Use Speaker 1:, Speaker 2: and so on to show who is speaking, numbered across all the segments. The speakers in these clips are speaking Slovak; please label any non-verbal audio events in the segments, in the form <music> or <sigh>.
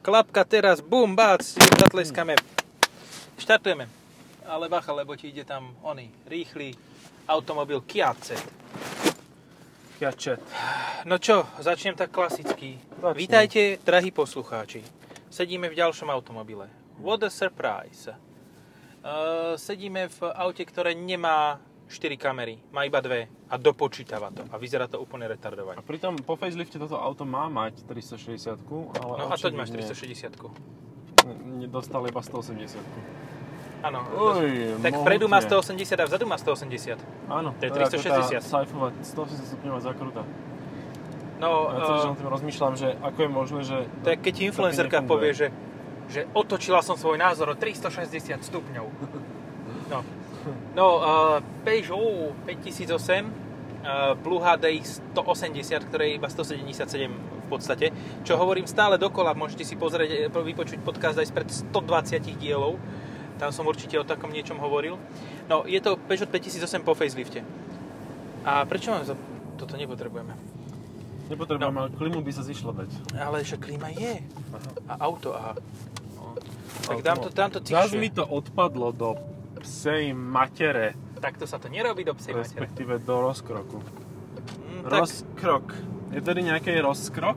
Speaker 1: klapka teraz, bum, bác, zatleskame. Štartujeme. Ale bacha, lebo ti ide tam oný rýchly automobil Kia Z.
Speaker 2: Kiače.
Speaker 1: No čo, začnem tak klasicky.
Speaker 2: Začni.
Speaker 1: Vítajte, drahí poslucháči. Sedíme v ďalšom automobile. What a surprise. Uh, sedíme v aute, ktoré nemá 4 kamery, má iba dve a dopočítava to a vyzerá to úplne
Speaker 2: A
Speaker 1: retardovanie.
Speaker 2: pritom po facelifte toto auto má mať 360 ale
Speaker 1: No a to máš
Speaker 2: očividne
Speaker 1: 360
Speaker 2: ne- Dostal iba 180
Speaker 1: Áno.
Speaker 2: Uj,
Speaker 1: tak vpredu má
Speaker 2: mohutne.
Speaker 1: 180 a vzadu má 180.
Speaker 2: Áno,
Speaker 1: To je
Speaker 2: teda ako tá
Speaker 1: 360.
Speaker 2: Saifová 180 stupňová zakruta.
Speaker 1: No,
Speaker 2: Ja celý
Speaker 1: uh,
Speaker 2: uh, tým rozmýšľam, že ako je možné, že...
Speaker 1: to je keď ti influencerka
Speaker 2: nefunguje.
Speaker 1: povie, že, že otočila som svoj názor o 360 stupňov. No, no uh, Peugeot 5008 uh, Blue HD 180, ktoré je iba 177 v podstate, čo hovorím stále dokola, môžete si pozrieť, eh, vypočuť podcast aj spred 120 dielov, tam som určite o takom niečom hovoril. No, je to Peugeot 5008 po facelifte. A prečo mám za... Toto nepotrebujeme.
Speaker 2: Nepotrebujem,
Speaker 1: No.
Speaker 2: ale klimu by sa zišlo dať.
Speaker 1: Ale že klíma je.
Speaker 2: Aha.
Speaker 1: A auto, aha. Tak
Speaker 2: Auto.
Speaker 1: dám to, dám to
Speaker 2: Zas mi
Speaker 1: tichšie.
Speaker 2: to odpadlo do psej matere,
Speaker 1: Takto sa to nerobí do psej matere.
Speaker 2: respektíve do rozkroku.
Speaker 1: Mm, tak,
Speaker 2: Rozkrok. Je tady nejaký rozkrok?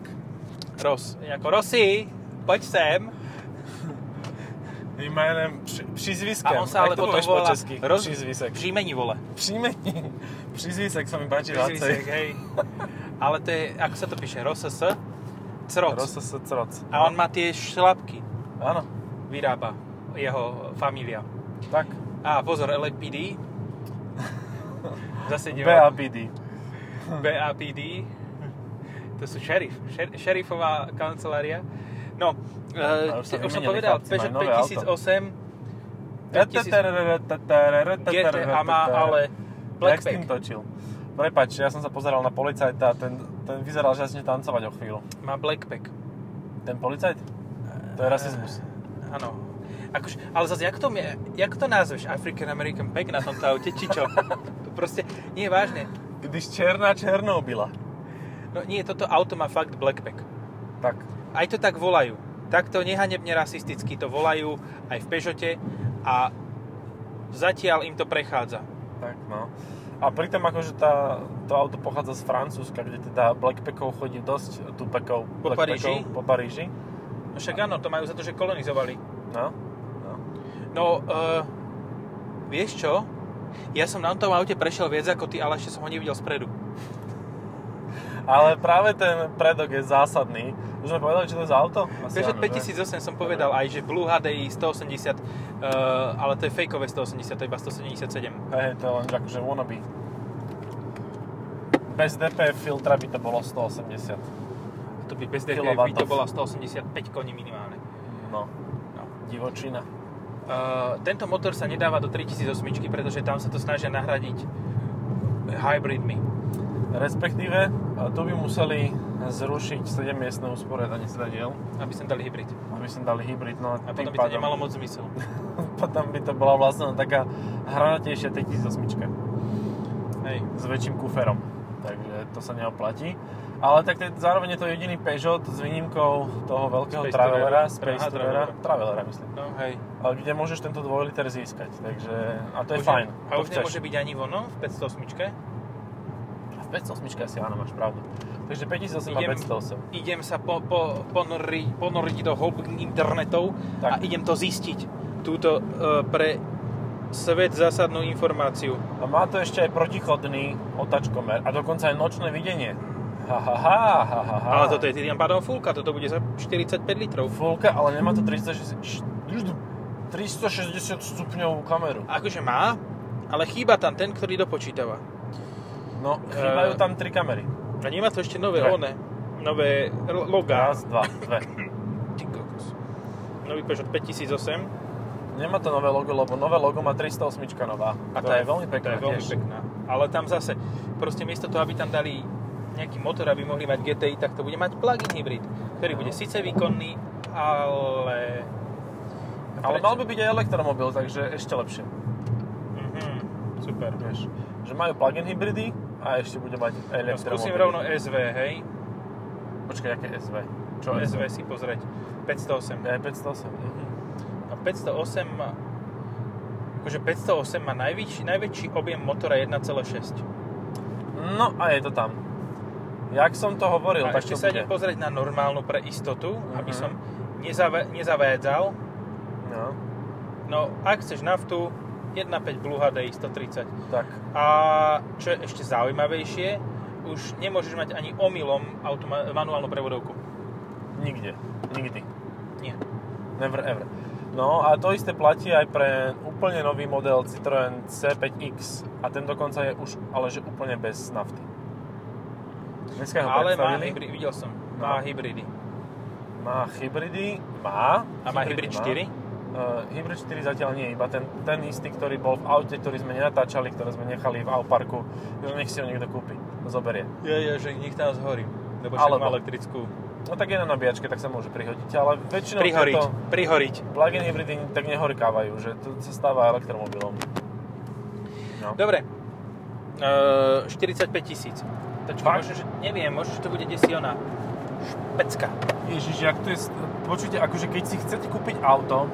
Speaker 1: Ros. Ako Rosy, poď sem.
Speaker 2: Jménem, při, přizviskem.
Speaker 1: A on sa ale
Speaker 2: Jak to
Speaker 1: potom
Speaker 2: povieš
Speaker 1: volá
Speaker 2: po česky?
Speaker 1: roz...
Speaker 2: Přizvisek.
Speaker 1: Příjmení vole.
Speaker 2: Příjmení. Přizvisek sa mi páči
Speaker 1: Přizvisek,
Speaker 2: viacej.
Speaker 1: hej. <laughs> Ale to je, ako sa to píše, RSS, Croc.
Speaker 2: Rozsocroc.
Speaker 1: A on má tie šlapky,
Speaker 2: Áno,
Speaker 1: vyrába jeho familia.
Speaker 2: tak.
Speaker 1: A pozor,
Speaker 2: <laughs>
Speaker 1: LAPD. Zase ideme.
Speaker 2: BAPD.
Speaker 1: BAPD, to sú šerif, šer, šerifová kancelária. No,
Speaker 2: Ale
Speaker 1: uh,
Speaker 2: už sa
Speaker 1: už som
Speaker 2: vymenili
Speaker 1: povedal,
Speaker 2: chlapci,
Speaker 1: Peugeot
Speaker 2: majú nové auto.
Speaker 1: 5008 5000 GT a má
Speaker 2: eh,
Speaker 1: ale
Speaker 2: Jak s tým
Speaker 1: Blackback.
Speaker 2: točil? Prepač, ja som sa pozeral na policajta a ten, ten vyzeral, že začne tancovať o chvíľu.
Speaker 1: Má Blackback,
Speaker 2: Ten policajt? To je
Speaker 1: Eh.
Speaker 2: rasizmus.
Speaker 1: áno. Akože, ale zase, jak to, mie- jak to názveš? African American Pack na tomto aute, či
Speaker 2: <laughs>
Speaker 1: čo? To proste, nie, vážne.
Speaker 2: Když černá černou byla.
Speaker 1: No nie, toto auto má fakt Blackback.
Speaker 2: Tak.
Speaker 1: aj to tak volajú. Takto nehanebne rasisticky to volajú aj v Peugeote a zatiaľ im to prechádza.
Speaker 2: Tak, no. A pritom akože tá, to auto pochádza z Francúzska, kde teda Blackpackov chodí dosť, tupekov,
Speaker 1: Po Paríži?
Speaker 2: po Paríži.
Speaker 1: No však áno, to majú za to, že kolonizovali.
Speaker 2: No. no.
Speaker 1: No, uh, vieš čo? Ja som na tom aute prešiel viac ako ty, ale ešte som ho nevidel spredu.
Speaker 2: Ale práve ten predok je zásadný. Už sme povedali, čo to je za auto? Asi
Speaker 1: Peugeot
Speaker 2: áno, že?
Speaker 1: 5008 som povedal aj, že Blue HDI 180, uh, ale to je fejkové 180, to je iba 177.
Speaker 2: Hej, to je len akože wannabe. Bez DPF filtra by to bolo 180.
Speaker 1: To by bez DPF by to
Speaker 2: Kilowattov.
Speaker 1: bola 185 koní minimálne.
Speaker 2: No,
Speaker 1: No.
Speaker 2: divočina.
Speaker 1: Uh, tento motor sa nedáva do 3008, pretože tam sa to snažia nahradiť hybridmi.
Speaker 2: Respektíve, a tu by museli zrušiť 7-miestne usporiadanie sedadiel,
Speaker 1: aby sme dali hybrid.
Speaker 2: aby sme dali hybrid, no
Speaker 1: A
Speaker 2: tým
Speaker 1: potom by to
Speaker 2: pádom-
Speaker 1: nemalo moc zmysel.
Speaker 2: <laughs> potom by to bola vlastne len taká hranatejšia 3008
Speaker 1: Hej.
Speaker 2: s väčším kuferom. Takže to sa neoplatí. Ale tak to je- zároveň je to jediný Peugeot s výnimkou toho veľkého
Speaker 1: Space
Speaker 2: Travelera,
Speaker 1: Travelera.
Speaker 2: Space
Speaker 1: Aha,
Speaker 2: Travelera,
Speaker 1: Travelera.
Speaker 2: Travelera myslím,
Speaker 1: No hej.
Speaker 2: ale kde môžeš tento 2 liter získať, takže, a to je
Speaker 1: Už
Speaker 2: fajn,
Speaker 1: ne- A
Speaker 2: to
Speaker 1: už nemôže byť ani vono v 508.
Speaker 2: A v 508 asi áno, máš pravdu. Takže 5008 a
Speaker 1: Idem-
Speaker 2: 508.
Speaker 1: Idem sa po, po, ponori, ponoriť do hlbín internetov
Speaker 2: Tak.
Speaker 1: a idem to zistiť. Túto uh, pre svet zásadnú informáciu.
Speaker 2: A má to ešte aj protichodný otačkomer a dokonca aj nočné videnie. Ha, ha, ha, ha, ha, ha.
Speaker 1: Ale toto je tým pádom fulka, toto bude za 45 litrov.
Speaker 2: Fulka, ale nemá to 360, 360 stupňovú kameru.
Speaker 1: Akože má, ale chýba tam ten, ktorý dopočítava.
Speaker 2: No, chýbajú tam tri kamery.
Speaker 1: A nemá to ešte nové
Speaker 2: Dve.
Speaker 1: one, nové lo- logá.
Speaker 2: Raz, dva, dve.
Speaker 1: Ty kokos. Nový Peugeot 5008.
Speaker 2: Nemá to nové logo, lebo nové logo má 308 nová. A tá je veľmi
Speaker 1: To
Speaker 2: pekná
Speaker 1: je veľmi
Speaker 2: tiež.
Speaker 1: pekná. Ale tam zase, proste miesto toho, aby tam dali nejaký motor, aby mohli mať GTI, tak to bude mať plug-in hybrid, ktorý
Speaker 2: No.
Speaker 1: bude síce výkonný, ale...
Speaker 2: Ale mal by byť aj elektromobil, takže ešte lepšie.
Speaker 1: Mhm, super.
Speaker 2: Vieš, že majú plug-in hybridy a ešte bude mať
Speaker 1: No,
Speaker 2: elektromobil.
Speaker 1: skúsim rovno SV, hej?
Speaker 2: Počkaj, aké SV?
Speaker 1: SV
Speaker 2: Čo SV?
Speaker 1: si pozrieť. 508.
Speaker 2: Aj 508, no.
Speaker 1: A 508 má, akože 508 má najväčší, najväčší objem motora 1,6.
Speaker 2: No a je to tam. Jak som to
Speaker 1: A
Speaker 2: hovoril, No, tak
Speaker 1: ešte
Speaker 2: to
Speaker 1: sa
Speaker 2: bude.
Speaker 1: idem pozrieť na normálnu pre istotu, aby
Speaker 2: Mhm.
Speaker 1: som nezave, nezavádzal.
Speaker 2: No,
Speaker 1: No, ak chceš naftu, 1.5 Blue HDI 130.
Speaker 2: tak.
Speaker 1: A čo je ešte zaujímavejšie, už nemôžeš mať ani omylom automa- manuálnu prevodovku.
Speaker 2: Nikde. Nikdy.
Speaker 1: Nie.
Speaker 2: Never ever. No a to isté platí aj pre úplne nový model Citroen C5X a ten dokonca je už, ale že úplne bez nafty. Dneska ho
Speaker 1: Ale má
Speaker 2: predstavili.
Speaker 1: hybrid, videl som, má
Speaker 2: No.
Speaker 1: hybridy.
Speaker 2: Má hybridy, má.
Speaker 1: A má hybrid 4?
Speaker 2: Uh, Hybrid 4 zatiaľ nie, iba ten, ten istý, ktorý bol v aute, ktorý sme nenatáčali, ktoré sme nechali v Auparku, že nech si ho niekto kúpi, zoberie.
Speaker 1: Ja, ja, že nech nás horí. Lebo
Speaker 2: však
Speaker 1: však
Speaker 2: má
Speaker 1: má elektrickú.
Speaker 2: No tak je na nabíjačke, tak sa môže prihodiť, ale väčšinou
Speaker 1: Prihoriť,
Speaker 2: tieto
Speaker 1: prihoriť.
Speaker 2: plug-in hybridy tak nehorkávajú, že to sa stáva elektromobilom. No.
Speaker 1: Dobre. Uh, 45 tisíc.
Speaker 2: Fakt?
Speaker 1: Tačka, možno, že neviem, možno, že to bude desiona. Špecka.
Speaker 2: Ježiš, jak to je... s- Počujte, akože keď si chcete kúpiť auto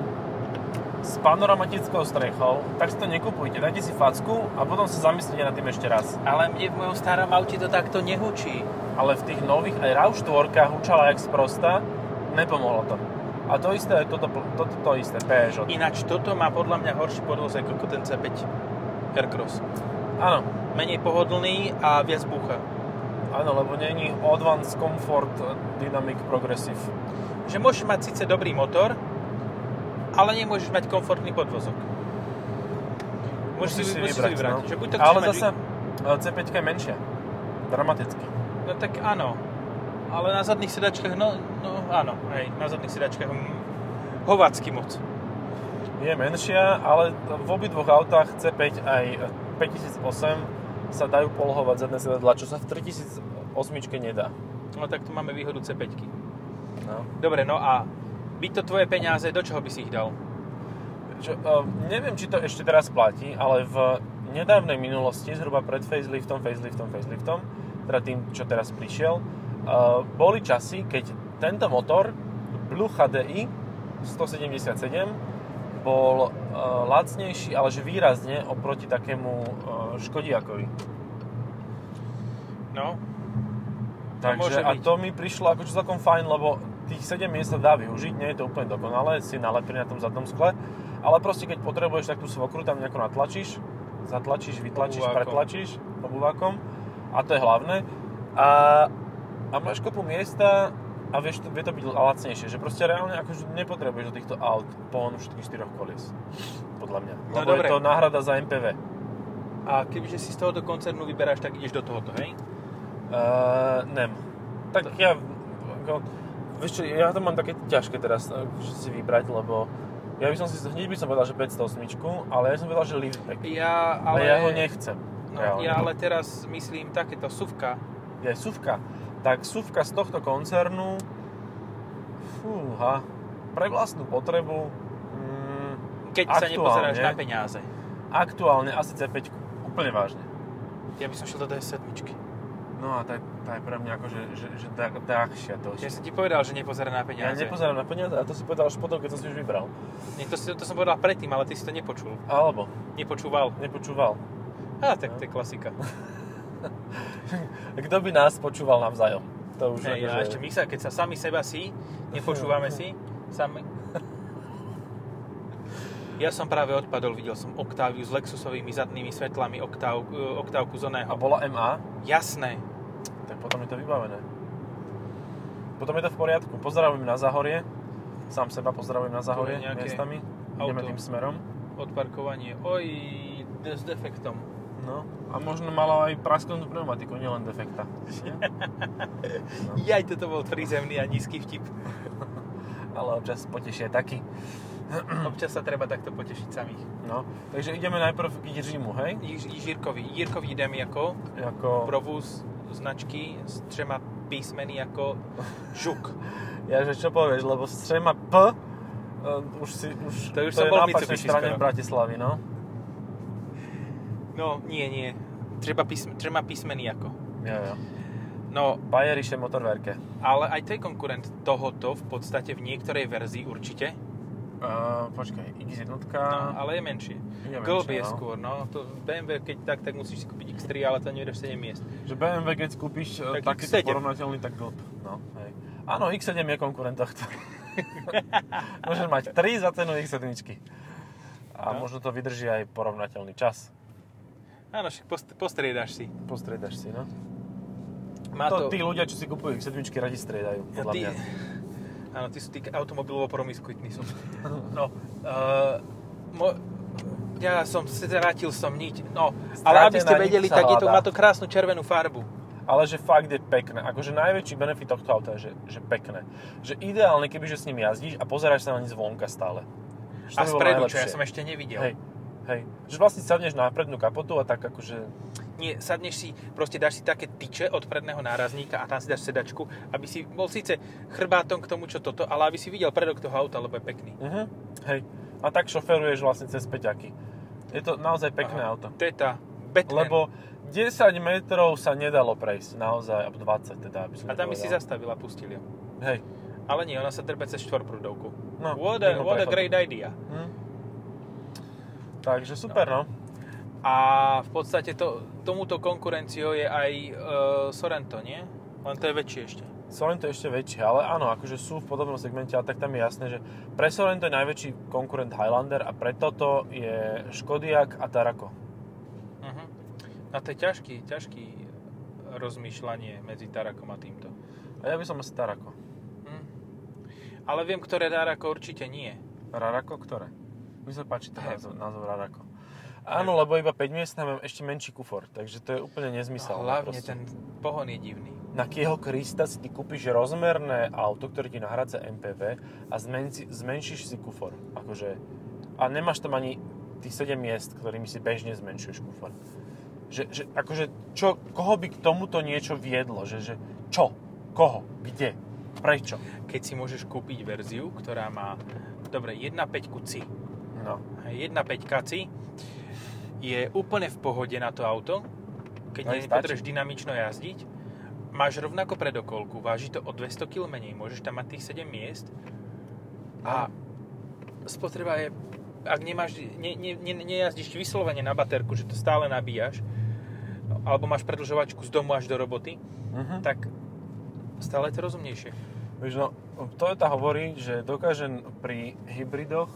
Speaker 2: s panoramatickou strechou, tak si to nekupujte. Dajte si facku a potom sa zamyslite nad tým ešte raz.
Speaker 1: Ale mne v mojom starom aute to takto nehučí.
Speaker 2: ale v tých nových aj RAV4 hučala jak sprosta, nepomohlo to. A to isté je toto, toto to isté, Peugeot.
Speaker 1: Ináč toto má podľa mňa horší podvozek ako ten C5 Aircross.
Speaker 2: Áno,
Speaker 1: Menej pohodlný a viac búcha.
Speaker 2: áno, lebo není Advanced Comfort Dynamic Progressive.
Speaker 1: Že môžeš mať síce dobrý motor, ale nemôžeš mať komfortný podvozok. Môžeš si, musíš si vybrať. no. Že buď to chceš
Speaker 2: no. ale
Speaker 1: mať
Speaker 2: zase e, C5 je menšia. Dramaticky.
Speaker 1: No tak áno. Ale na zadných sedačkách, no, no áno, hej, na zadných sedačkách mm, hovácky moc.
Speaker 2: Je menšia, ale v obidvoch autách C5 aj 5008 sa dajú polohovať zadné sedadla, čo sa v 3008 nedá.
Speaker 1: No tak tu máme výhodu C5.
Speaker 2: No.
Speaker 1: Dobre, no a by to tvoje peniaze, do čoho by si ich dal?
Speaker 2: Čo, uh, neviem, či to ešte teraz platí, ale v nedávnej minulosti, zhruba pred faceliftom, faceliftom, faceliftom, teda tým, čo teraz prišiel, uh, boli časy, keď tento motor Blue HDI 177 bol uh, lacnejší, ale že výrazne oproti takému uh, Škodiakovi.
Speaker 1: No, môže
Speaker 2: Takže, a
Speaker 1: byť.
Speaker 2: to mi prišlo ako celkom fajn, lebo tých 7 miest sa dá využiť, nie je to úplne dokonalé, si nalepí na tom zadnom skle, ale proste keď potrebuješ, tak tú svokru tam nejako natlačíš, zatlačíš, vytlačíš,
Speaker 1: Obuvákom.
Speaker 2: pretlačíš obuvákom a to je hlavné. A, a máš kopu miesta a vieš, to, vie to byť lacnejšie, že proste reálne akože nepotrebuješ do týchto aut pohon všetkých štyroch kolies, podľa mňa.
Speaker 1: No
Speaker 2: lebo
Speaker 1: dobre.
Speaker 2: je to náhrada za MPV.
Speaker 1: a kebyže si z tohoto koncernu vyberáš, tak ideš do tohoto, hej?
Speaker 2: Uh, nem. Tak ja... Ako, vieš čo, ja to mám také ťažké teraz eh, že si vybrať, lebo ja by som si, hneď by som povedal, že 508, ale ja by som povedal, že Liftback.
Speaker 1: Ja,
Speaker 2: Ale
Speaker 1: ale...
Speaker 2: ja ho nechcem.
Speaker 1: No,
Speaker 2: reálne.
Speaker 1: ja ale teraz myslím takéto suvka.
Speaker 2: Je SUVka. Tak SUVka z tohto koncernu, fúha, pre vlastnú potrebu, mm,
Speaker 1: Keď sa
Speaker 2: Aktuálne.
Speaker 1: nepozeráš na peniaze.
Speaker 2: aktuálne asi C5, úplne vážne.
Speaker 1: Ja by som šiel do tej sedmičky.
Speaker 2: No a tá, tá je pre mňa akože, že, že dá, dáchšia dosť.
Speaker 1: Ja som ti povedal, že nepozerá na
Speaker 2: Ja
Speaker 1: peniaze.
Speaker 2: nepozerám na peniaze a to si povedal až potom, keď som si už vybral.
Speaker 1: Nie, to, si- to som povedal predtým, ale ty si to nepočul.
Speaker 2: Alebo
Speaker 1: Nepočúval.
Speaker 2: nepočúval.
Speaker 1: Á, tak to je klasika.
Speaker 2: No. Kto by nás počúval navzájom? To už
Speaker 1: Hej,
Speaker 2: akože-
Speaker 1: a ešte my sa, keď sa sami seba si, nepočúvame si, sami... Ja som práve odpadol, videl som Octaviu s Lexusovými zadnými svetlami Octav, e, Octavku z
Speaker 2: A
Speaker 1: oného.
Speaker 2: bola MA,
Speaker 1: Jasné.
Speaker 2: tak potom je to vybavené. Potom je to v poriadku. Pozdravujem na Zahorie. Sám seba pozdravujem na Zahorie
Speaker 1: nejaké
Speaker 2: miestami. Ideme
Speaker 1: auto.
Speaker 2: tým smerom.
Speaker 1: Odparkovanie. Oj, s defektom.
Speaker 2: No. A možno mala aj prasknutú pneumatiku, nielen defekta.
Speaker 1: Jaj, toto bol prízemný a nízky vtip.
Speaker 2: Ale občas potešie taký.
Speaker 1: Občas sa treba takto potešiť samých.
Speaker 2: No. Takže ideme najprv k Jiřímu, hej?
Speaker 1: Jíž- Jížirkovi. Jirkovi jdem jako
Speaker 2: Jako...
Speaker 1: provůz značky s třema písmeny jako žuk.
Speaker 2: Ja, že čo povieš, lebo s třema P eh, už si, už,
Speaker 1: To už som
Speaker 2: je
Speaker 1: bol
Speaker 2: na opačnej
Speaker 1: Mitsubishi
Speaker 2: strane
Speaker 1: skoro.
Speaker 2: v Bratislavy, no.
Speaker 1: No, nie, nie. Třeba písm, třema písmeny jako.
Speaker 2: Jo, jo.
Speaker 1: No,
Speaker 2: Bayerische Motorwerke.
Speaker 1: ale aj to je konkurent tohoto v podstate v niektorej verzii určite,
Speaker 2: Uh, počkaj, X1.
Speaker 1: no, ale je menšie.
Speaker 2: Je
Speaker 1: Golb
Speaker 2: menšie,
Speaker 1: je
Speaker 2: no.
Speaker 1: skôr, no, to BMW keď tak, tak musíš si kúpiť X3, ale to nejdeš 7 miest.
Speaker 2: Že BMW, keď kúpiš eh,
Speaker 1: Tak
Speaker 2: tak takýto
Speaker 1: X7.
Speaker 2: porovnateľný, tak Golb. No, hej. Áno, X7 je konkurent
Speaker 1: <laughs>
Speaker 2: tohto. Môžeš mať 3 za cenu X7. A
Speaker 1: No.
Speaker 2: možno to vydrží aj porovnateľný čas.
Speaker 1: Áno, však post- postriedaš si.
Speaker 2: Postriedaš si, no.
Speaker 1: Má
Speaker 2: to, tí ľudia, čo si kupujú X7, radi striedajú, podľa
Speaker 1: Ty-
Speaker 2: mňa.
Speaker 1: Áno, tí sú tí automobilovo promiskuitní
Speaker 2: <laughs>
Speaker 1: sú. No, uh, mo, ja som, strátil som niť. No, ale aby ste
Speaker 2: Strátená niť
Speaker 1: vedeli,
Speaker 2: sa
Speaker 1: tak je to,
Speaker 2: hľadá.
Speaker 1: má to krásnu červenú farbu.
Speaker 2: Ale že fakt je pekné. Akože najväčší benefit tohto auta je, že, že pekné. Že ideálne, keby že s ním jazdíš a pozeráš sa na ne zvonka stále. Že to
Speaker 1: A
Speaker 2: by bolo
Speaker 1: spredu, čo ja
Speaker 2: najlepšie.
Speaker 1: som ešte nevidel.
Speaker 2: Hej, hej. Že vlastne sadneš na prednú kapotu a tak akože...
Speaker 1: Nie, sadneš si, proste dáš si také tyče od predného nárazníka a tam si dáš sedačku, aby si bol síce chrbátom k tomu, čo toto, ale aby si videl predok toho auta, lebo je pekný.
Speaker 2: Mhm, hej. A tak šoferuješ vlastne cez peťaky. Je to naozaj pekné
Speaker 1: Aha.
Speaker 2: auto.
Speaker 1: To je tá Batman.
Speaker 2: Lebo 10 metrov sa nedalo prejsť, naozaj, ab 20 teda, aby som
Speaker 1: A tam by si
Speaker 2: nepovedal.
Speaker 1: zastavila, pustili ju.
Speaker 2: Hej,
Speaker 1: Ale nie, ona sa drbe cez štvorprúdovku.
Speaker 2: no.
Speaker 1: What a,
Speaker 2: mimo
Speaker 1: what a
Speaker 2: prechodu.
Speaker 1: great idea.
Speaker 2: Hm. Takže super, no.
Speaker 1: A v podstate to, tomuto konkurenciou je aj e, Sorento, nie? Len to je väčšie ešte.
Speaker 2: Sorento je ešte väčšie, ale áno, akože sú v podobnom segmente, ale tak tam je jasné, že pre Sorento je najväčší konkurent Highlander a pre toto je Škodiak a Tarako.
Speaker 1: Uh-huh. A to je ťažký, ťažký rozmýšľanie medzi Tarakom a týmto.
Speaker 2: A ja by som asi Tarako.
Speaker 1: Hm. Ale viem, ktoré Tarako určite nie.
Speaker 2: Rarako? Ktoré? Mi sa páči ten
Speaker 1: Hej.
Speaker 2: názov, názov Rarako. Áno, lebo iba 5 miest mám ešte menší kufor, takže to je úplne nezmysel.
Speaker 1: Hlavne ten pohon je divný.
Speaker 2: Na kieho Krista si ty kúpiš rozmerné auto, ktoré ti nahrádza MPV a zmen, si- zmenšíš si kufor. Akože, a nemáš tam ani tých 7 miest, ktorými si bežne zmenšuješ kufor. Že, že akože, čo, koho by k tomuto niečo viedlo? Že, že čo? Koho? Kde? Prečo?
Speaker 1: Keď si môžeš kúpiť verziu, ktorá má, dobre, 1.5 kuci.
Speaker 2: No.
Speaker 1: 1.5 kaci je úplne v pohode na to auto, keď
Speaker 2: No,
Speaker 1: no,
Speaker 2: stačí.
Speaker 1: nepotrebuješ dynamično jazdiť. Máš rovnako predokolku, váži to o 200 kg menej, môžeš tam mať tých 7 miest a spotreba je, ak nemáš, ne, ne, ne, nejazdíš vyslovene na baterku, že to stále nabíjaš, no, alebo máš predlžovačku z domu až do roboty,
Speaker 2: Mhm.
Speaker 1: tak stále je to rozumnejšie.
Speaker 2: Vieš, no, Toyota hovorí, že dokáže pri hybridoch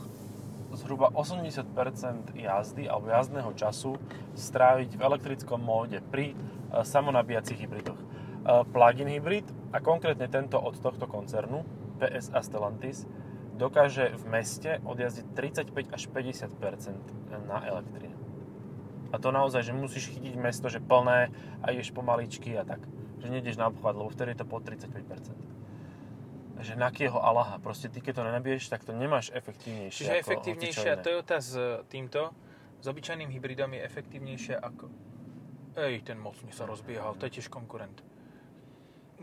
Speaker 2: zhruba 80% jazdy alebo jazdného času stráviť v elektrickom móde pri e, samonabíjacích hybridoch. E, plug-in hybrid a konkrétne tento od tohto koncernu PSA Stellantis dokáže v meste odjazdiť 35 až 50% na elektrine. A to naozaj, že musíš chytiť mesto, že plné a ideš pomaličky a tak. Že nejdeš na obchvat, lebo vtedy je to pod 35% že na kieho Allaha. Proste ty, keď to nenabiješ, tak to nemáš efektívnejšie.
Speaker 1: Čiže
Speaker 2: ako
Speaker 1: efektívnejšia
Speaker 2: hoci čo iné.
Speaker 1: Toyota s e, týmto, s obyčajným hybridom je efektívnejšia ako... Ej, ten mocne sa rozbiehal, to je tiež konkurent.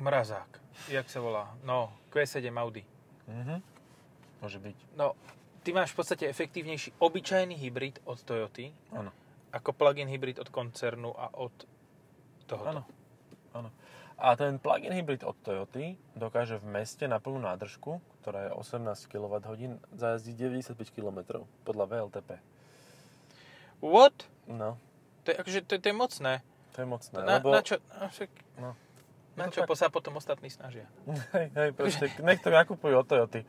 Speaker 1: Mrazák, jak sa volá? No, Q7 Audi.
Speaker 2: Mhm. Môže byť,
Speaker 1: No, ty máš v podstate efektívnejší obyčajný hybrid od Toyoty
Speaker 2: áno.
Speaker 1: ako plug-in hybrid od koncernu a od tohoto.
Speaker 2: Áno, áno. A ten plug-in hybrid od Toyoty dokáže v meste na plnú nádržku, ktorá je 18 kWh, zajazdiť 95 km podľa VLTP.
Speaker 1: What?
Speaker 2: No,
Speaker 1: To je, akože, to, je- to je mocné.
Speaker 2: to je mocné.
Speaker 1: Na,
Speaker 2: lebo...
Speaker 1: na čo, na, však,
Speaker 2: No.
Speaker 1: na
Speaker 2: Je to
Speaker 1: čo
Speaker 2: tak.
Speaker 1: po- sa potom ostatní snažia?
Speaker 2: <laughs> Hej, hej, proste, nech to nakupujú od Toyoty.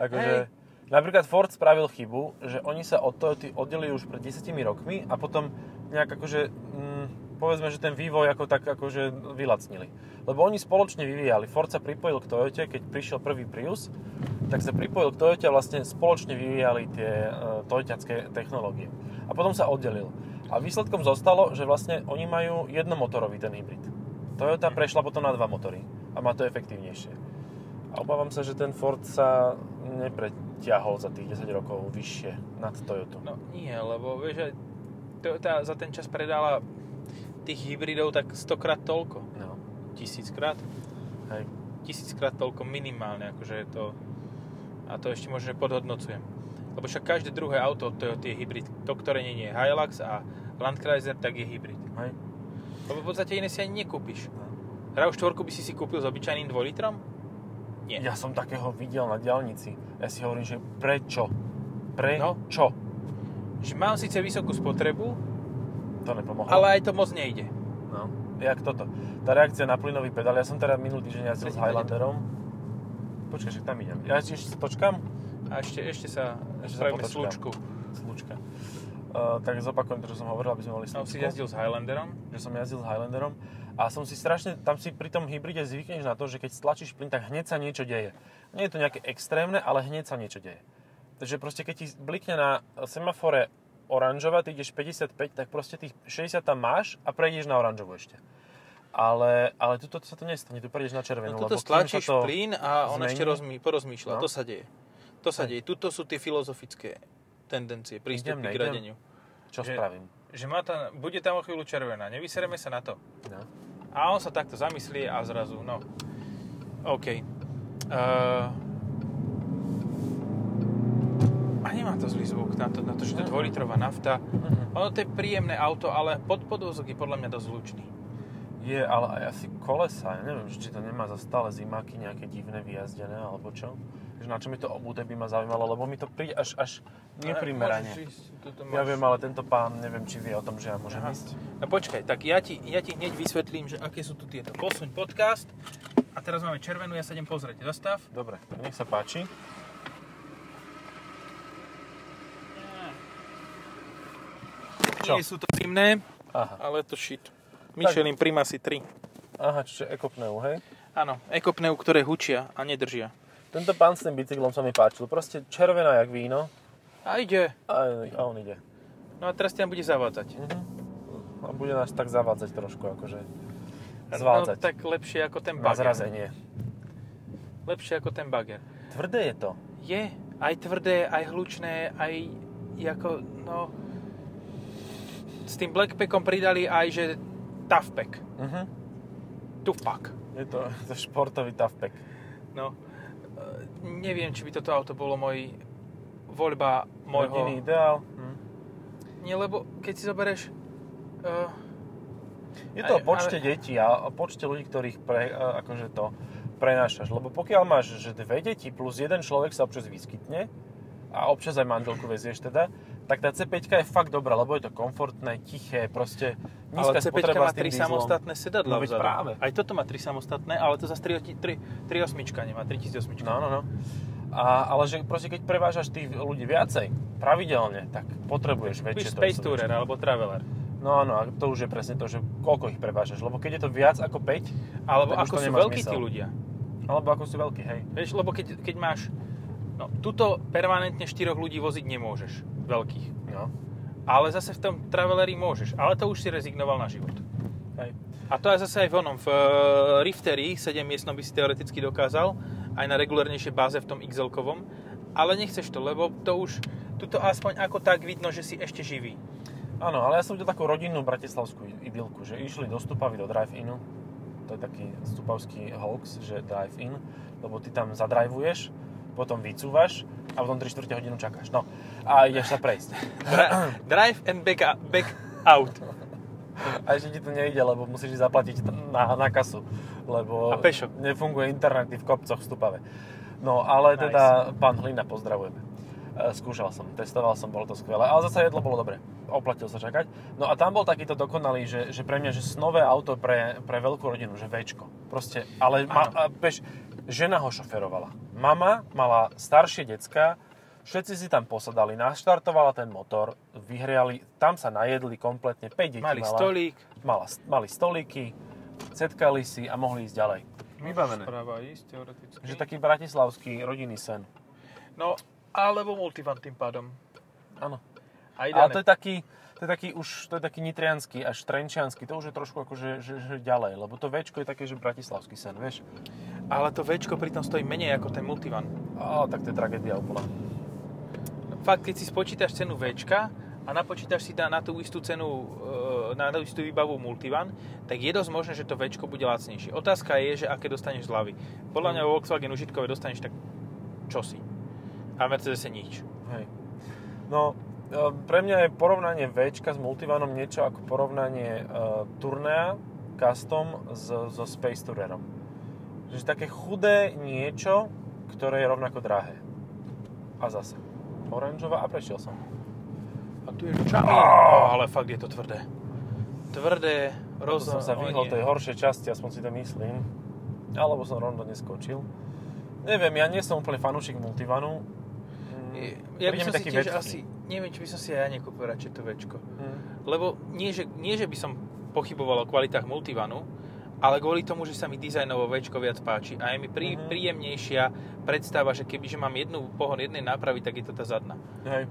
Speaker 2: Akože, napríklad Ford spravil chybu, že oni sa od Toyoty oddelili už pred 10 rokmi a potom nejak akože, mm, povedzme, že ten vývoj ako tak akože vylacnili. Lebo oni spoločne vyvíjali. Ford sa pripojil k Toyote, keď prišiel prvý Prius, tak sa pripojil k Toyote a vlastne spoločne vyvíjali tie e, toyotacké technológie. A potom sa oddelil. A výsledkom zostalo, že vlastne oni majú jednomotorový ten hybrid. Toyota prešla potom na dva motory a má to efektívnejšie. A obávam sa, že ten Ford sa nepreťahol za tých 10 rokov vyššie nad Toyota.
Speaker 1: No nie, lebo vieš, že Toyota za ten čas predala tých hybridov tak stokrát toľko.
Speaker 2: No,
Speaker 1: Tisíckrát?
Speaker 2: hej.
Speaker 1: Tisíckrát toľko minimálne, akože je to... A to ešte možno že podhodnocujem. Lebo však každé druhé auto od Toyota je hybrid. To, ktoré nie je Hilux a Landkreiser, tak je hybrid.
Speaker 2: hej.
Speaker 1: Lebo v podstate iné si ani nekúpiš.
Speaker 2: No.
Speaker 1: RAV4 by si si kúpil s obyčajným 2 litrom? Nie.
Speaker 2: Ja som takého videl na diaľnici. Ja si hovorím, že prečo? Prečo?
Speaker 1: Že mám síce vysokú
Speaker 2: No.
Speaker 1: spotrebu,
Speaker 2: To nepomohlo.
Speaker 1: ale aj to moc nejde.
Speaker 2: No. Jak toto. Tá reakcia na plynový pedál. Ja som teda minulý týždeň jazdil s
Speaker 1: Presne,
Speaker 2: Highlanderom. Počkaj, však tam idem. Ja ešte počkám.
Speaker 1: A ešte, ešte sa ešte
Speaker 2: Ešte sa
Speaker 1: spravíme
Speaker 2: potočkám.
Speaker 1: slučku.
Speaker 2: Slučka. Uh, tak zopakujem to, čo som hovoril, aby sme mali
Speaker 1: No, si
Speaker 2: slučku.
Speaker 1: jazdil s Highlanderom.
Speaker 2: že som jazdil s Highlanderom a som si strašne, tam si pri tom hybride zvykneš na to, že keď stlačíš plyn, tak hneď sa niečo deje. Nie je to nejaké extrémne, ale hneď sa niečo deje. Takže proste keď ti blikne na semafore oranžová, ty ideš 55, tak proste tých 60 tam máš a prejdeš na oranžovú ešte. Ale, ale tuto sa to nestane, tu prejdeš na červenú.
Speaker 1: No, tuto
Speaker 2: lebo kým sa
Speaker 1: stlačíš
Speaker 2: to...
Speaker 1: plyn a on
Speaker 2: zmení.
Speaker 1: ešte rozmý, porozmýšľa.
Speaker 2: No.
Speaker 1: To sa deje. To sa
Speaker 2: Hej.
Speaker 1: deje. Tuto sú tie filozofické tendencie, prístupy
Speaker 2: Idem,
Speaker 1: k
Speaker 2: nejdem.
Speaker 1: radeniu.
Speaker 2: Čo
Speaker 1: že-
Speaker 2: spravím?
Speaker 1: Že má tá, bude tam o chvíľu červená, nevysereme sa na to.
Speaker 2: No.
Speaker 1: A on sa takto zamyslí a zrazu, no. OK. Uh, a nemá to zlý zvuk na to, na to že to je
Speaker 2: Mhm.
Speaker 1: dvolitrová nafta.
Speaker 2: Mhm.
Speaker 1: Ono to je príjemné auto, ale pod podvozok je podľa mňa dosť hlučný.
Speaker 2: Je, ale aj asi kolesa, ja neviem, že či to nemá za stále zimáky nejaké divné vyjazdené, alebo čo? Že na čom je to obuté, by ma zaujímalo, lebo mi to príde až, až neprimerane. Ja viem, ale tento pán, neviem, či vie o tom, že ja môžem
Speaker 1: Aha.
Speaker 2: ísť.
Speaker 1: No počkaj, tak ja ti, ja ti hneď vysvetlím, že aké sú tu tieto. Posuň podcast. A teraz máme červenú, ja sa idem pozrieť. Zastav.
Speaker 2: Dobre, tak nech sa páči. Čo?
Speaker 1: Nie sú to zimné,
Speaker 2: Aha,
Speaker 1: ale to shit. Michelin Primacy 3.
Speaker 2: Aha čiže ekopneu, hej?
Speaker 1: Áno, ekopneu, ktoré hučia a nedržia.
Speaker 2: Tento pán s tým bicyklom sa mi páčil, proste červená jak víno
Speaker 1: A ide.
Speaker 2: a, a on ide.
Speaker 1: No a teraz ťa bude zavádzať.
Speaker 2: Mhm. A bude nás tak zavádzať trošku, akože zvádzať.
Speaker 1: No tak lepšie ako ten
Speaker 2: Na
Speaker 1: bager.
Speaker 2: zrazenie.
Speaker 1: Lepšie ako ten bager.
Speaker 2: Tvrdé je to.
Speaker 1: Je aj tvrdé, aj hlučné, aj ako, no... S tým blackpackom pridali aj, že toughpack.
Speaker 2: Mhm.
Speaker 1: Tufpak.
Speaker 2: Je to, <laughs> to športový tavpek.
Speaker 1: No, e, neviem, či by toto auto bolo môj voľba
Speaker 2: Rodinný
Speaker 1: môjho...
Speaker 2: ideál. Hm.
Speaker 1: Nie, lebo keď si zoberieš... Uh,
Speaker 2: Je to
Speaker 1: Ale-
Speaker 2: o počte detí a o počte ľudí, ktorých pre, a- akože to prenášaš. Lebo pokiaľ máš že dve deti plus jeden človek sa občas vyskytne a občas aj manželku vezieš teda, tak tá C5 je fakt dobrá, lebo je to komfortné, tiché, proste
Speaker 1: ale
Speaker 2: nízka
Speaker 1: C5
Speaker 2: spotreba
Speaker 1: má
Speaker 2: s tým
Speaker 1: tri
Speaker 2: dízlom.
Speaker 1: samostatné sedadla
Speaker 2: No veď
Speaker 1: vzadu.
Speaker 2: práve.
Speaker 1: Aj toto má tri samostatné, ale to zase 3.8 nemá, 3008.
Speaker 2: No, no, no. A, ale že proste keď prevážaš tých ľudí viacej, pravidelne, tak potrebuješ väčšie
Speaker 1: Víš,
Speaker 2: to
Speaker 1: Space
Speaker 2: SUVčko.
Speaker 1: Tourer alebo Traveler.
Speaker 2: No áno, a to už je presne to, že koľko ich prevážaš. Lebo keď je to viac ako 5,
Speaker 1: Alebo
Speaker 2: Tak už
Speaker 1: ako
Speaker 2: to
Speaker 1: sú
Speaker 2: nemá
Speaker 1: veľkí
Speaker 2: zmysel.
Speaker 1: tí ľudia.
Speaker 2: alebo ako sú veľkí, hej.
Speaker 1: Vieš, lebo keď, keď máš... No, tuto permanentne štyroch ľudí voziť nemôžeš. Veľkých.
Speaker 2: No,
Speaker 1: Ale zase v tom Traveleri môžeš. Ale to už si rezignoval na život.
Speaker 2: hej.
Speaker 1: A to aj zase aj v onom, v e, Rifteri 7 miestnom by si teoreticky dokázal, aj na regulárnejšej báze v tom xl ale nechceš to, lebo to už, tuto aspoň ako tak vidno, že si ešte živý.
Speaker 2: Áno, ale ja som videl takú rodinnú bratislavskú idylku, že išli do Stupavy do drive-inu, to je taký stupavský hoax, že drive-in, lebo ty tam zadrajvuješ, potom vycúvaš a potom 3 čtvrte hodinu čakáš. No, a ideš sa prejsť.
Speaker 1: Dra- drive and back, a- back out.
Speaker 2: A ešte ti to nejde, lebo musíš ísť zaplatiť t- na, na kasu, lebo
Speaker 1: A pešo.
Speaker 2: nefunguje internet v kopcoch v Stupave. No, ale
Speaker 1: Nice.
Speaker 2: teda pán Hlina, pozdravujeme. E, Skúšal som, testoval som, bolo to skvelé, ale zase jedlo bolo dobre. Oplatil sa čakať. No a tam bol takýto dokonalý, že, že pre mňa, že snové auto pre, pre veľkú rodinu, že Včko. Proste, ale
Speaker 1: Áno.
Speaker 2: ma, a, peš, žena ho šoferovala. Mama mala staršie decka, všetci si tam posadali, naštartovala ten motor, vyhriali, tam sa najedli kompletne, 5 detí
Speaker 1: Mali
Speaker 2: mala
Speaker 1: stolík.
Speaker 2: mala, mali stolíky, setkali si a mohli ísť ďalej. Vybavené.
Speaker 1: Správa ísť, teoreticky.
Speaker 2: Že taký bratislavský rodinný sen.
Speaker 1: No, alebo multivan tým pádom.
Speaker 2: Áno.
Speaker 1: A
Speaker 2: Ale
Speaker 1: ideálne.
Speaker 2: to je taký, to je taký už, to je taký nitrianský až trenčiansky, to už je trošku akože že, že ďalej, lebo to Včko je také, že bratislavský sen, vieš.
Speaker 1: ale to Včko pritom stojí menej ako ten multivan.
Speaker 2: Á, tak to je tragédia úplná.
Speaker 1: fakt, keď si spočítaš cenu V a napočítaš si dá na tú istú cenu, e, na tú istú výbavu Multivan, tak je dosť možné, že to V bude lacnejšie. Otázka je, že aké dostaneš zľavy. Podľa mňa vo Volkswagen užitkové dostaneš tak čosi. A v Mercedese nič.
Speaker 2: Hej. No, e, pre mňa je porovnanie Včka s Multivanom niečo ako porovnanie e, ehm, Turnea, Custom so, so Space Tourerom. Že také chudé niečo, ktoré je rovnako drahé. A zase. Oranžová a prešiel som.
Speaker 1: A tu je čau. ale fakt je to tvrdé. Tvrdé,
Speaker 2: Roz... som
Speaker 1: rozhodne.
Speaker 2: sa vyhol tej horšej časti, aspoň si to myslím. Alebo som rovno neskočil. Neviem, ja nie som úplne fanúšik multivanu. Mm,
Speaker 1: Ja by
Speaker 2: príde
Speaker 1: som
Speaker 2: mi
Speaker 1: si
Speaker 2: taký
Speaker 1: tiež
Speaker 2: vetký.
Speaker 1: asi, neviem, či by som si aj ja nekúpil radšej to Včko.
Speaker 2: Mm.
Speaker 1: Lebo nie že, nie, že by som pochyboval o kvalitách Multivanu, ale kvôli tomu, že sa mi dizajnovo Včko viac páči a je mi prí,
Speaker 2: Mhm.
Speaker 1: príjemnejšia predstava, že kebyže mám jednu pohon jednej nápravy, tak je to tá zadná.
Speaker 2: Hej.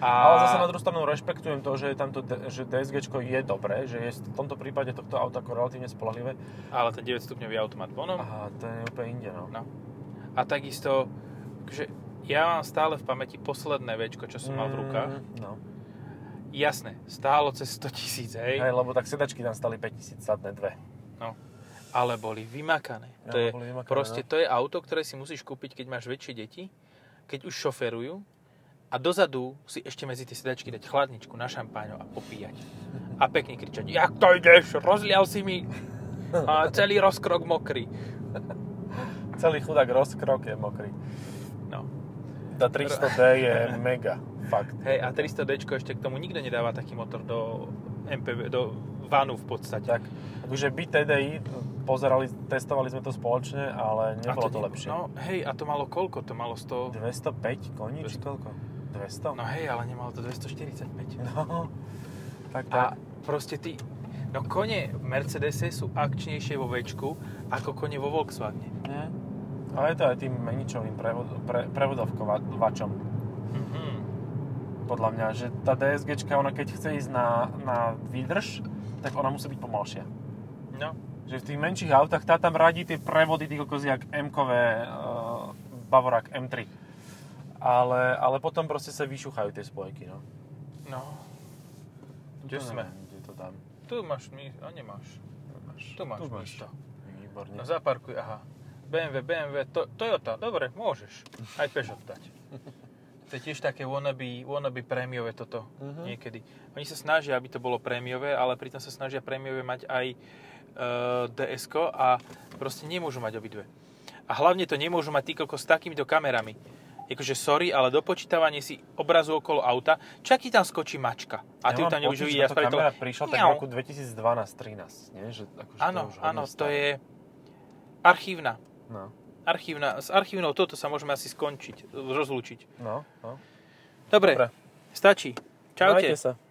Speaker 1: A...
Speaker 2: Ale zase na druhú stranu rešpektujem to, že, je tamto, D- že DSG je dobré, že je v tomto prípade tohto auta ako relatívne spolahlivé.
Speaker 1: ale ten 9 stupňový automat vonom.
Speaker 2: A to je úplne inde, no.
Speaker 1: No. A takisto, že ja mám stále v pamäti posledné Včko, čo som mal v rukách.
Speaker 2: Mm, No.
Speaker 1: Jasné, stálo cez 100 tisíc, hej,
Speaker 2: Hej, lebo tak sedačky tam stali 5000 sadné dve.
Speaker 1: No. ale boli vymakané.
Speaker 2: Ja,
Speaker 1: to je,
Speaker 2: boli vymakané,
Speaker 1: proste
Speaker 2: no.
Speaker 1: to je auto, ktoré si musíš kúpiť, keď máš väčšie deti, keď už šoferujú a dozadu si ešte medzi tie sedačky dať chladničku na šampáňo a popíjať. A pekne kričať, jak to ideš, rozlial si mi a celý rozkrok mokrý.
Speaker 2: Celý chudák rozkrok je mokrý.
Speaker 1: No.
Speaker 2: Tá 300D
Speaker 1: <laughs>
Speaker 2: je mega, fakt.
Speaker 1: Hej, a 300D ešte k tomu nikto nedáva taký motor do MPV, do vanu v podstate.
Speaker 2: Tak, akože by TDI, pozerali, testovali sme to spoločne,
Speaker 1: A
Speaker 2: ale nebolo to,
Speaker 1: nie-
Speaker 2: lepšie.
Speaker 1: No, hej, a to malo koľko? To malo 100...
Speaker 2: 205 koní, či koľko? 200?
Speaker 1: No hej, ale nemalo to 245.
Speaker 2: No. Tak, tak.
Speaker 1: A proste ty... No kone v Mercedese sú akčnejšie vo Včku ako kone vo Volkswagene.
Speaker 2: Mm. Ale je to aj tým meničovým prevod, pre, prevodovkovačom,
Speaker 1: Mm-hmm.
Speaker 2: podľa mňa, že tá DSG, ona keď chce ísť na, na výdrž, tak ona musí byť pomalšia.
Speaker 1: No.
Speaker 2: Že v tých menších autách tá tam radí tie prevody, ty kokos, jak M-kové uh, Bavorák M3. Ale, ale potom proste sa vyšúchajú tie spojky, no.
Speaker 1: No. Kde
Speaker 2: To
Speaker 1: sme?
Speaker 2: neviem, Kde to dám?
Speaker 1: Tu máš mi... A nemáš. Tu máš, tu máš. miesto.
Speaker 2: Výborne.
Speaker 1: No zaparkuj, aha. BMW, BMW, to, Toyota, dobre, môžeš. Aj Peugeot dať. To je tiež také wannabe, wannabe prémiové toto
Speaker 2: Mhm.
Speaker 1: niekedy. Oni sa snažia, aby to bolo prémiové, ale pritom sa snažia prémiové mať aj e, ds a proste nemôžu mať obidve. A hlavne to nemôžu mať týkoľko s takýmito kamerami. Akože sorry, ale dopočítavanie si obrazu okolo auta, čaký tam skočí mačka. A ty ju
Speaker 2: mám
Speaker 1: tam nemôžeš vidieť.
Speaker 2: pocit, že táto
Speaker 1: spraví
Speaker 2: kamera prišla tak v
Speaker 1: Miau.
Speaker 2: roku 2012-13, nie? Že akože
Speaker 1: Áno,
Speaker 2: to už hodne
Speaker 1: áno, to
Speaker 2: staré.
Speaker 1: je archívna.
Speaker 2: No,
Speaker 1: Archívna, s archívnou toto sa môžeme asi skončiť, rozlúčiť.
Speaker 2: no, no.
Speaker 1: Dobre,
Speaker 2: Dobre.
Speaker 1: stačí. Čaute.
Speaker 2: Majte sa.